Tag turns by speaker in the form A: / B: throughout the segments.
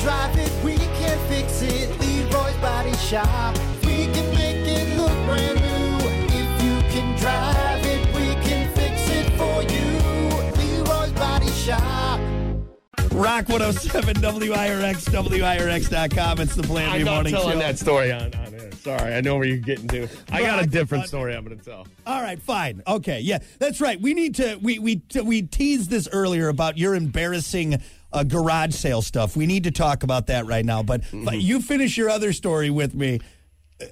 A: drive it, we can fix it. Leroy's Body Shop. We can make it look brand new. If you can drive it, we can fix it for you. Leroy's Body Shop.
B: Rock 107 WIRX, WIRX.com. It's the Plan B
C: I'm not
B: Morning
C: telling
B: Show.
C: that story on, on air. Sorry, I know where you're getting to. I got a
B: Rock
C: different
B: on-
C: story I'm going to tell.
B: All right, fine. Okay, yeah, that's right. We need to, we, we, we teased this earlier about your embarrassing uh, garage sale stuff. We need to talk about that right now, but,
C: Mm-hmm.
B: but you finish your other story with me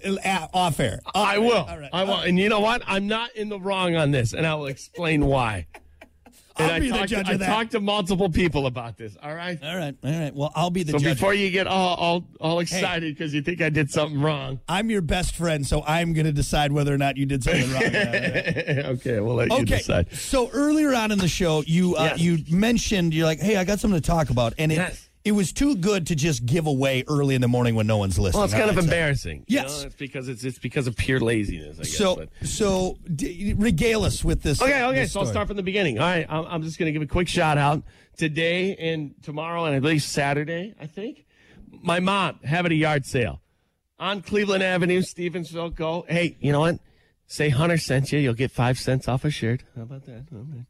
B: uh, uh, off air.
C: I will.
B: all right,
C: I will. And you know what? I'm not in the wrong on this, and I will explain why. And
B: I'll
C: I
B: be the
C: talked-
B: judge
C: I
B: of that.
C: talked to multiple people about this. All right.
B: All right, all right. Well, I'll be the
C: So
B: judge.
C: before you get all all, all excited because you think I did something wrong.
B: I'm your best friend, so I'm going to decide whether or not you did something wrong.
C: okay, we'll let you
B: Okay,
C: decide.
B: so earlier on in the show, you uh,
C: Yes.
B: you mentioned you're like, "Hey, I got something to talk about," and it
C: Yes.
B: it was too good to just give away early in the morning when no one's listening.
C: Well, it's kind of embarrassing. you
B: Yes.
C: know? it's because it's it's because of pure laziness. I guess.
B: So,
C: but-
B: so d- regale us with this.
C: Okay, okay.
B: this
C: So I'll
B: story.
C: start from the beginning. All right, I'm, I'm just going to give a quick shout out today and tomorrow and at least Saturday, I think. My mom having a yard sale on Cleveland Avenue, Stevensville. Go. Hey, you know what? Say Hunter sent you. You'll get five cents off a shirt. How about that? Okay.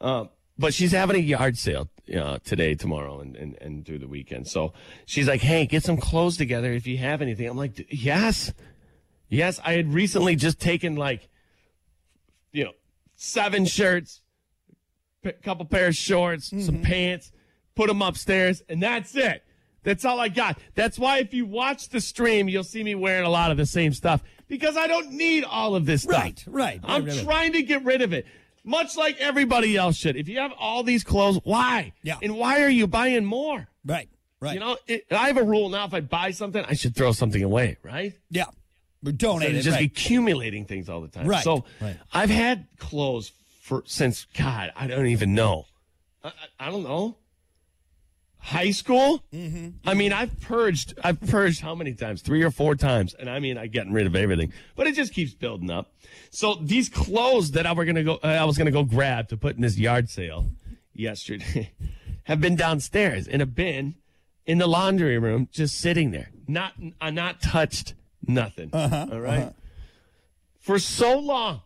C: Um, but she's having a yard sale uh, today, tomorrow, and, and, and through the weekend. So she's like, hey, get some clothes together if you have anything. I'm like, yes. Yes. I had recently just taken like you know, seven shirts, a couple pair of shorts,
B: Mm-hmm.
C: some pants, put them upstairs, and that's it. That's all I got. That's why if you watch the stream, you'll see me wearing a lot of the same stuff because I don't need all of this stuff.
B: Right, right.
C: I'm
B: Right, right, right.
C: trying to get rid of it. Much like everybody else should. If you have all these clothes, why?
B: Yeah.
C: And why are you buying more?
B: Right, right.
C: You know, it, I have a rule now. If I buy something, I should throw something away, right?
B: yeah, we donate
C: and
B: it.
C: just
B: right.
C: accumulating things all the time.
B: Right,
C: So
B: right.
C: I've had clothes for since God, I don't even know. I, I, I don't know. High school. Mm-hmm. I mean, I've purged. I've purged how many times? Three or four times. And I mean, I getting rid of everything, but it just keeps building up. So these clothes that I were gonna go, uh, I was gonna go grab to put in this yard sale yesterday, have been downstairs in a bin in the laundry room, just sitting there, not uh, not touched, nothing.
B: Uh-huh,
C: All right? for so long.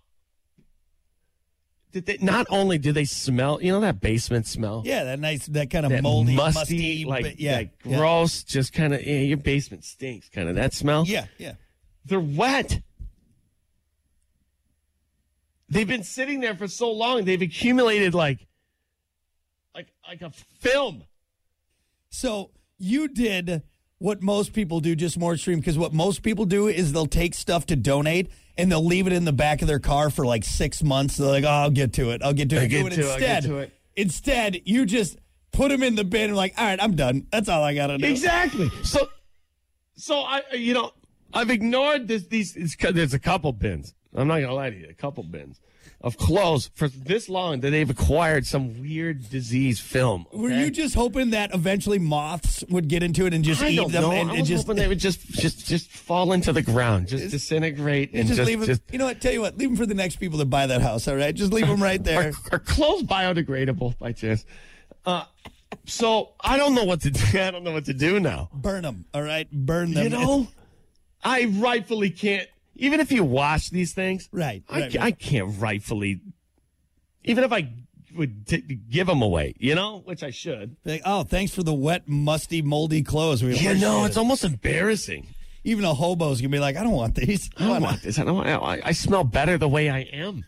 C: Did they, not only do they smell, you know that basement smell,
B: yeah, that nice, that kind of
C: that
B: moldy,
C: musty,
B: musty,
C: like,
B: but yeah,
C: like
B: yeah.
C: gross, just kind of yeah, your basement stinks, kind of that smell.
B: Yeah, yeah.
C: they're wet. They've been sitting there for so long; they've accumulated like, like like a film.
B: So you did what most people do, just more extreme, because what most people do is they'll take stuff to donate and they'll leave it in the back of their car for like six months. They're like, oh, I'll get to it. I'll get to it.
C: I'll get
B: Do it
C: to it, I'll
B: instead,
C: get to it.
B: instead, you just put them in the bin and like, all right, I'm done. That's all I got to do.
C: Exactly. So, so I, you know, I've ignored this. These it's, there's a couple bins. I'm not gonna lie to you, a couple bins of clothes for this long that they've acquired some weird disease film.
B: Were
C: okay?
B: you just hoping that eventually moths would get into it and just
C: I
B: eat
C: don't
B: them
C: know.
B: and,
C: I
B: and
C: was
B: just,
C: hoping they would just just just fall into the ground, just disintegrate, and
B: just
C: just,
B: leave them?
C: just
B: you know what? Tell you what, leave them for the next people that buy that house. All right, just leave them right there.
C: are, are clothes biodegradable by chance? Uh, so I don't know what to do. I don't know what to do now.
B: Burn them. All right, burn them.
C: You know, I rightfully can't. Even if you wash these things,
B: Right,
C: I,
B: right, right.
C: I can't rightfully. Even if I would t- give them away, you know, which I should.
B: Like, oh, thanks for the wet, musty, moldy clothes. We
C: You know,
B: appreciate
C: it's
B: it.
C: almost embarrassing.
B: even a hobo's gonna be like, I don't want these.
C: I don't want this. I don't. want- I, I smell better the way I am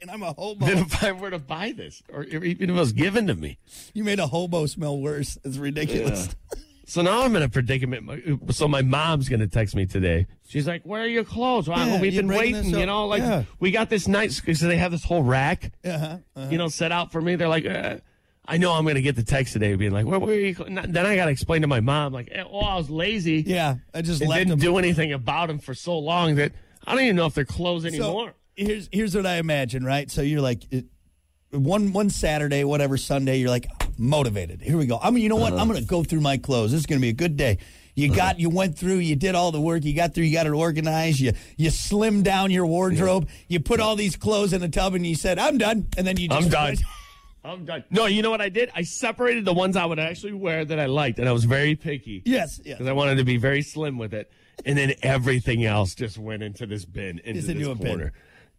B: And I'm a hobo.
C: than if I were to buy this, or even if it was given to me.
B: you made a hobo smell worse. It's ridiculous.
C: So now I'm in a predicament. My- So my mom's going to text me today. She's like, "Where are your clothes? Wow,
B: Yeah,
C: well, we've
B: you're
C: been
B: breaking
C: waiting.
B: this
C: You
B: up.
C: know, like
B: Yeah.
C: we got this nice. So they have this whole rack,
B: Uh-huh.
C: you know, set out for me. They're like, uh, I know I'm going to get the text today, being like, "Where were you?" cl-" And Then I got to explain to my mom, like, eh, "Oh, I was lazy.
B: Yeah, I just
C: and
B: left
C: didn't
B: them.
C: do anything about them for so long that I don't even know if they're clothes
B: So
C: anymore."
B: here's here's what I imagine. Right, so you're like. It, one one Saturday, whatever Sunday, you're like motivated. Here we go. I mean, you know what? I'm gonna go through my clothes. This is gonna be a good day. You got, you went through, you did all the work. You got through, you got it organized. You you slimmed down your wardrobe. You put all these clothes in a tub, and you said, "I'm done." And then you just
C: I'm done. I'm done. No, you know what I did? I separated the ones I would actually wear that I liked, and I was very picky.
B: Yes, yes.
C: because I wanted to be very slim with it, and then everything else just went into this bin, into
B: Just
C: this
B: into a bin.
C: corner.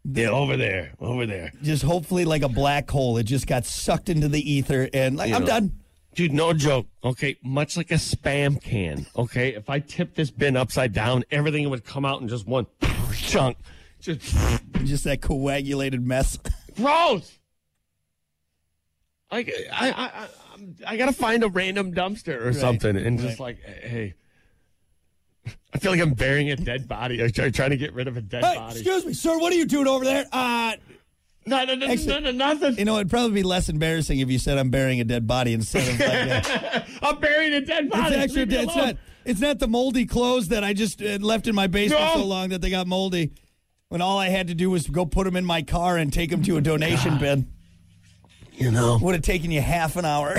C: Yeah, over there, over there.
B: Just hopefully like a black hole. It just got sucked into the ether, and like I'm
C: know.
B: done.
C: Dude, no joke. Okay, much like a spam can. Okay, if I tipped this bin upside down, everything would come out in just one chunk. Just
B: Just that coagulated mess.
C: gross. Like I, I, I, I'm- I gotta find a random dumpster or something, and just like, hey, I feel like I'm burying a dead body. I'm try- trying to get rid of a dead
B: hey,
C: body.
B: excuse me, sir. What are you doing over there? Uh,
C: No, no, no, no, no,
B: Exit.
C: no, nothing.
B: you know, it'd probably be less embarrassing if you said I'm burying a dead body instead of like that.
C: I'm burying a dead body.
B: It's actually
C: Leave me
B: it's
C: alone.
B: not, it's not the moldy clothes that I just uh, left in my basement
C: No.
B: so long that they got moldy. When all I had to do was go put them in my car and take them to a donation bin.
C: You know,
B: Would have taken you half an hour.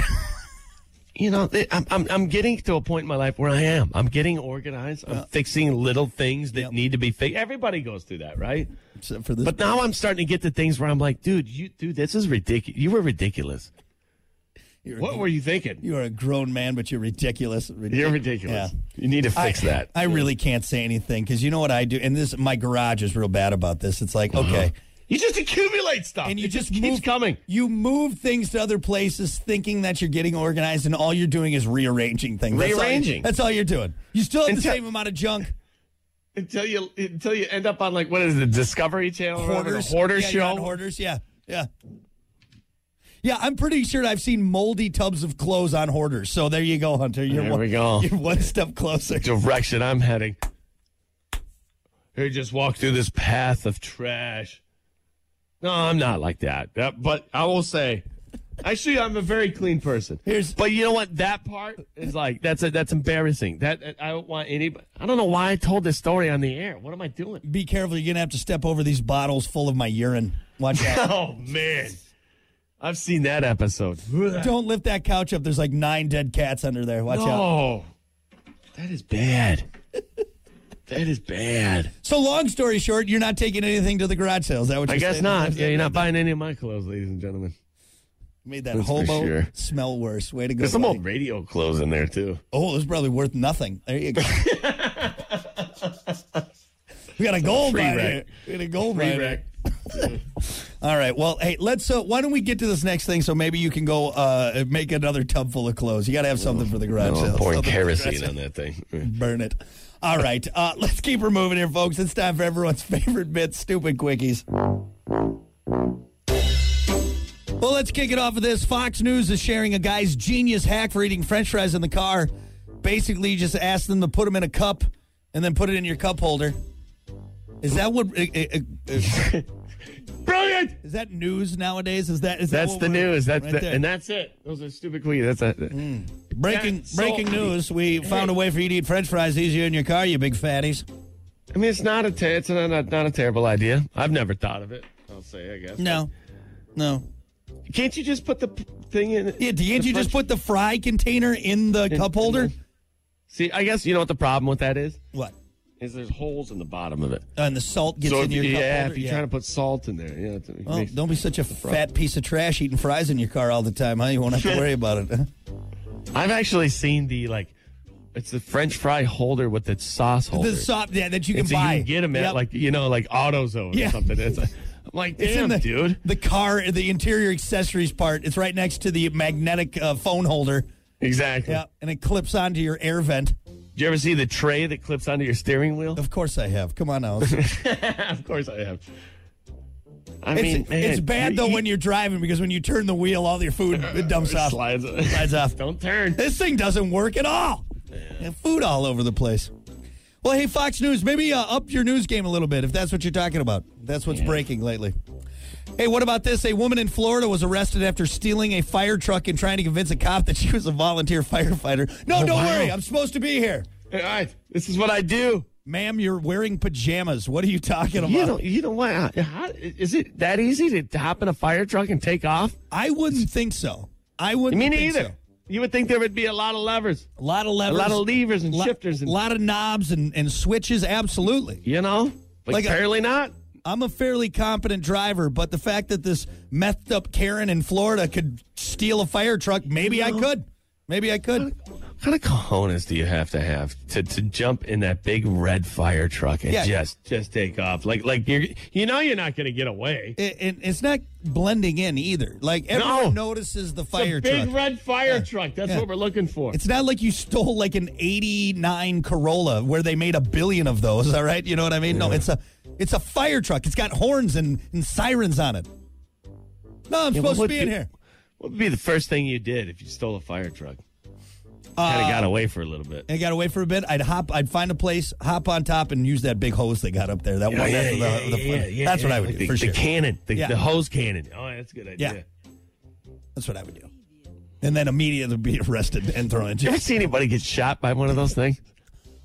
C: you know, it- I'm, I'm, I'm getting to a point in my life where I am. I'm getting organized. I'm fixing little things that
B: Uh, Yep.
C: need to be fixed. Everybody goes through that, right?
B: Except for this.
C: But now I'm starting to get to things where I'm like, dude, you, dude, this is ridiculous. You were ridiculous.
B: You're-
C: What were you thinking?
B: You are a grown man, but you're ridiculous. Ridic-
C: You're ridiculous.
B: Yeah.
C: You need to fix
B: I,
C: that.
B: I really can't say anything because you know what I do, and this my garage is real bad about this. It's
C: Uh-huh.
B: like okay,
C: you just accumulate stuff,
B: and you
C: It
B: just,
C: keeps
B: move
C: coming.
B: You move things to other places, thinking that you're getting organized, and all you're doing is rearranging things. That's all you-
C: Rearranging.
B: That's all, you're doing. You still have the
C: Until-
B: same amount of junk.
C: until you until you end up on like what is it, the Discovery Channel, or whatever, the hoarder
B: yeah, you're
C: show?
B: on hoarders. Yeah, yeah, yeah. I'm pretty sure I've seen moldy tubs of clothes on hoarders. So there you go, Hunter. You're
C: There
B: one,
C: we go.
B: You're one step closer.
C: direction I'm heading. Here, just walk through this path of trash. No, I'm not like that. That- but I will say, actually, I'm a very clean person.
B: Here's-
C: but you know what? That part is like that's a, that's embarrassing. That I don't want anybody. I don't know why I told this story on the air. What am I doing?
B: Be careful. You're gonna have to step over these bottles full of my urine. Watch out.
C: Oh man, I've seen that episode.
B: Don't lift that couch up. There's like nine dead cats under there. Watch out.
C: Oh, that is bad. That is bad.
B: So long story short, you're not taking anything to the garage sale. Is that what you're
C: I guess
B: saying?
C: not. Yeah, you're not buying any of my clothes, ladies and gentlemen.
B: Made that
C: That's for
B: hobo
C: sure.
B: smell worse. Way to go.
C: There's some
B: buddy.
C: old radio clothes in there too.
B: Oh, it's probably worth nothing. There you go. we got a gold
C: free
B: mine
C: wreck.
B: here. We got a gold mine. here. All right. Well, hey, let's. Uh, why don't we get to this next thing so maybe you can go uh, make another tub full of clothes. You got to have something for the garage sale.
C: pouring
B: Something for the garage
C: kerosene
B: sale.
C: on that thing.
B: Burn it. All right. Uh, let's keep her moving here, folks. It's time for everyone's favorite bit, stupid quickies. Well, let's kick it off with this. Fox News is sharing a guy's genius hack for eating french fries in the car. Basically, you just ask them to put them in a cup and then put it in your cup holder. Is that what i- i- i-
C: Brilliant.
B: is that news nowadays? Is that is that
C: That's
B: what
C: the
B: we're-
C: news. That's
B: right
C: the,
B: there.
C: and that's it. Those are stupid queen. That's a,
B: breaking
C: Yeah, so-
B: breaking news. We found a way for you to eat french fries easier in your car, you big fatties.
C: I mean, it's not a ter- it's not, not not a terrible idea. I've never thought of it. I'll say, I guess.
B: No. No.
C: Can't you just put the p- thing in?
B: Yeah, didn't
C: the
B: you just
C: French-
B: put the fry container in the cup holder?
C: See, I guess you know what the problem with that is.
B: What? Uh,
C: Is there's holes in the bottom of it.
B: And the salt gets
C: so
B: in
C: if,
B: your
C: you-
B: cup
C: yeah,
B: holder.
C: if you're trying to put salt in there, yeah. It
B: well,
C: makes-
B: don't be such a fat piece of trash eating fries in your car all the time, huh? You won't have to worry about it. Huh?
C: I've actually seen the like, it's the French fry holder with the sauce holder.
B: The salt, yeah, that you can
C: And so
B: buy.
C: you can get them at
B: Yep.
C: like you know like AutoZone
B: Yeah.
C: or something. It's like, I'm like,
B: It's
C: damn,
B: in the,
C: dude.
B: the car, the interior accessories part. It's right next to the magnetic uh, phone holder.
C: Exactly.
B: Yeah, and it clips onto your air vent.
C: Do you ever see the tray that clips onto your steering wheel?
B: Of course, I have. Come on now.
C: of course I have. I
B: It's,
C: mean, man,
B: it's bad though
C: you-
B: when you're driving because when you turn the wheel, all your food it dumps off.
C: slides,
B: Slides off.
C: Don't turn.
B: This thing doesn't work at all. And food all over the place. Well, hey, Fox News, maybe uh, up your news game a little bit if that's what you're talking about. That's what's breaking lately. Hey, what about this? A woman in Florida was arrested after stealing a fire truck and trying to convince a cop that she was a volunteer firefighter. No,
C: Oh,
B: don't
C: wow.
B: worry. I'm supposed to be here.
C: All right, this is what I do.
B: Ma'am, you're wearing pajamas. What are you talking about?
C: You know, you know what? How- how- Is it that easy to hop in a fire truck and take off?
B: I wouldn't think so. I wouldn't
C: Me
B: think
C: neither.
B: so.
C: You would think there would be a lot of levers,
B: A lot of levers.
C: a lot of levers and
B: lo-
C: shifters, and
B: lot of knobs and, and switches, absolutely.
C: you know, but
B: Like a-
C: apparently not.
B: I'm a fairly competent driver, but the fact that this methed up Karen in Florida could steal a fire truck, maybe I could. Maybe I could.
C: What kind of cojones do you have to have to, to jump in that big red fire truck and
B: Yeah.
C: just just take off? Like like you are you know you're not going to get away.
B: It, it, it's not blending in either. Like everyone
C: No.
B: notices the fire
C: it's a big
B: truck.
C: red fire truck. That's
B: Yeah.
C: what we're looking for.
B: It's not like you stole like an 89 Corolla where they made a billion of those, all right? You know what I mean? No, it's a it's a fire truck. It's got horns and, and sirens on it. No, I'm
C: Yeah,
B: supposed
C: what
B: to be in
C: do-
B: here.
C: What would be the first thing you did if you stole a fire truck? kind of got away for a little bit.
B: And I gotta wait for a bit. I'd hop I'd find a place, hop on top and use that big hose they got up there. That one that's, the, the- that's what I would
C: Like
B: do
C: the,
B: for
C: the
B: sure.
C: cannon, the,
B: Yeah.
C: the hose cannon. Oh, that's a good idea.
B: Yeah. That's what I would do. And then immediately be arrested and thrown in
C: You
B: jail.
C: ever see anybody get shot by one of those things?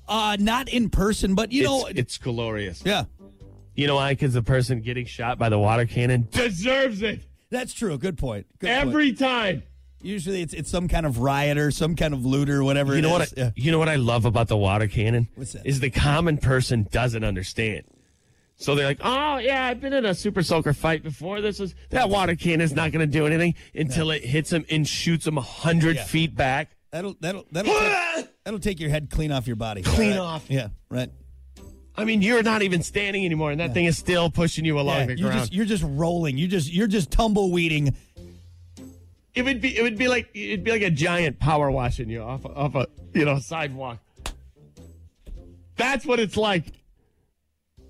B: Uh, not in person, but you know,
C: it's, it's glorious.
B: yeah,
C: You know why? Because the person getting shot by the water cannon deserves it
B: that's true. Good point. Good point.
C: every time.
B: Usually it's it's some kind of rioter, some kind of looter, whatever.
C: You
B: it
C: know what?
B: is.
C: I, You know what I love about the water cannon
B: What's that?
C: is the common person doesn't understand. So they're like, "Oh yeah, I've been in a super soaker fight before. This is that water cannon's not going to do anything until it hits him and shoots him a hundred
B: Yeah.
C: feet back."
B: That'll that'll that'll take, that'll take your head clean off your body.
C: Clean
B: Right.
C: off.
B: Yeah, right.
C: I mean, you're not even standing anymore, and that thing is still pushing you along
B: Yeah,
C: the
B: you're
C: ground.
B: just you're just rolling. You just you're just tumbleweeding.
C: it would be it would be like it'd be like a giant power washing you off off a you know sidewalk. That's what it's like.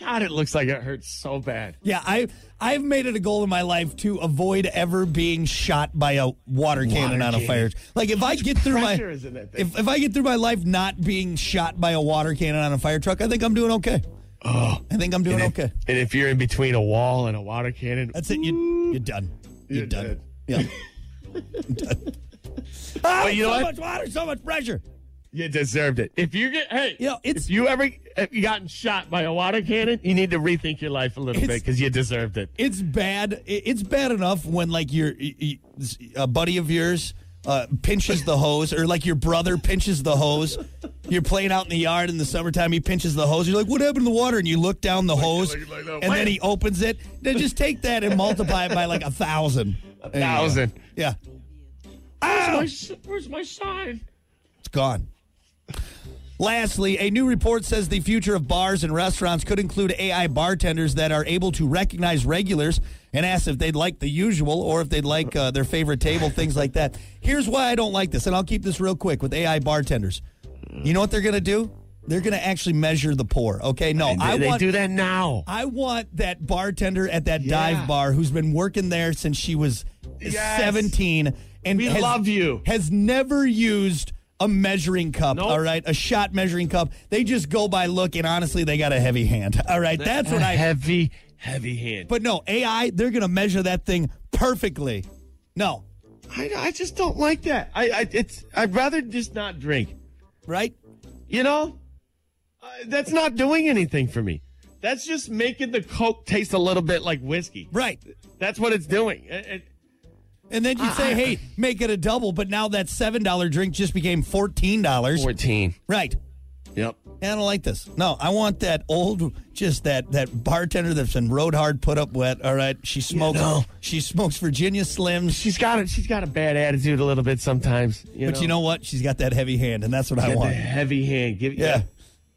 C: God, it looks like it hurts so bad.
B: Yeah, I I've made it a goal in my life to avoid ever being shot by a water cannon on a
C: cannon.
B: fire. Like if I get through my
C: pressure is in that thing.
B: if if I get through my life not being shot by a water cannon on a fire truck, I think I'm doing okay. Oh, I think I'm doing okay.
C: And if you're in between a wall and a water cannon,
B: That's it. You you're done. You're,
C: You're
B: done.
C: dead.
B: Yeah. I'm done. Ah,
C: you know
B: so
C: what?
B: much water, so much pressure.
C: you deserved it. If you get hey,
B: You know, it's-
C: if you ever have gotten shot by a water cannon, you need to rethink your life a little
B: It's-
C: bit because you deserved it.
B: It's bad. i- It's bad enough when like your y- y- a buddy of yours uh, pinches the hose, or like your brother pinches the hose. You're playing out in the yard in the summertime. He pinches the hose. You're like, "What happened to the water?" And you look down the hose,
C: like, like, no,
B: and then
C: wait.
B: he opens it. Then just take that and multiply it by like a thousand. A
C: thousand.
B: Yeah, Oh.
C: Where's my, where's my sign?
B: It's gone. Lastly, a new report says the future of bars and restaurants could include AI bartenders that are able to recognize regulars and ask if they'd like the usual or if they'd like uh, their favorite table, things like that. Here's why I don't like this, and I'll keep this real quick with AI bartenders. You know what they're going to do? They're going to actually measure the pour. Okay, no, I
C: they
B: want
C: do that now.
B: I want that bartender at that
C: Yeah.
B: dive bar who's been working there since she was
C: Yes.
B: 17 and
C: We
B: has,
C: love you.
B: has never used a measuring cup,
C: Nope.
B: all right? A shot measuring cup. They just go by look and honestly they got a heavy hand. All right, that's what I
C: heavy, heavy hand.
B: But no, AI, they're going to measure that thing perfectly. No,
C: I, I just don't like that. I, I it's I'd rather just not drink.
B: right?
C: You know, uh, that's not doing anything for me. That's just making the Coke taste a little bit like whiskey.
B: Right.
C: That's what it's doing. It- it-
B: And then you say, "Hey, make it a double," but now that $7 drink just became $14.
C: Fourteen.
B: Right.
C: Yep.
B: Yeah, I don't like this. No, I want that old, just that that bartender that's been road hard, put up wet. All right, she smokes.
C: no.
B: She smokes Virginia Slims,
C: She's got it. She's got a bad attitude a little bit sometimes.
B: but you know what? She's got that heavy hand, and that's what I
C: Get the
B: want.
C: heavy hand. Give
B: Yeah,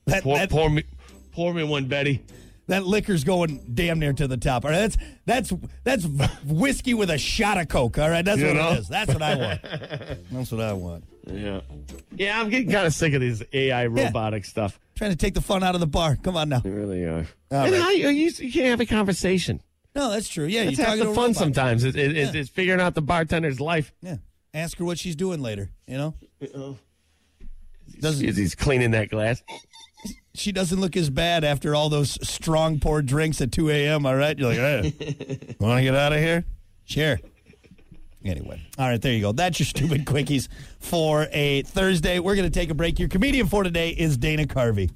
B: that
C: Pour,
B: that,
C: pour me, pour me one, Betty.
B: that liquor's going damn near to the top. All right, that's that's that's whiskey with a shot of coke. All right, that's
C: You
B: what
C: know?
B: it is. That's what I want. that's what I want.
C: Yeah. Yeah, I'm getting kind of sick of this AI robotic stuff.
B: Trying to take the fun out of the bar. Come on now.
C: They really are.
B: All
C: and
B: right.
C: I, you, you can't have a conversation.
B: No, that's true. Yeah,
C: That's
B: you're
C: half
B: talking to
C: the fun
B: a robot.
C: sometimes. It, it, it's, it's figuring out the bartender's life.
B: Yeah, ask her what she's doing later. You know,
C: He's, he's cleaning that glass.
B: she doesn't look as bad after all those strong poured drinks at 2 a.m. All right, you're like, hey, want to get out of here? Sure. Anyway, all right, there you go. That's your stupid quickies for a Thursday. We're going to take a break. Your comedian for today is Dana Carvey.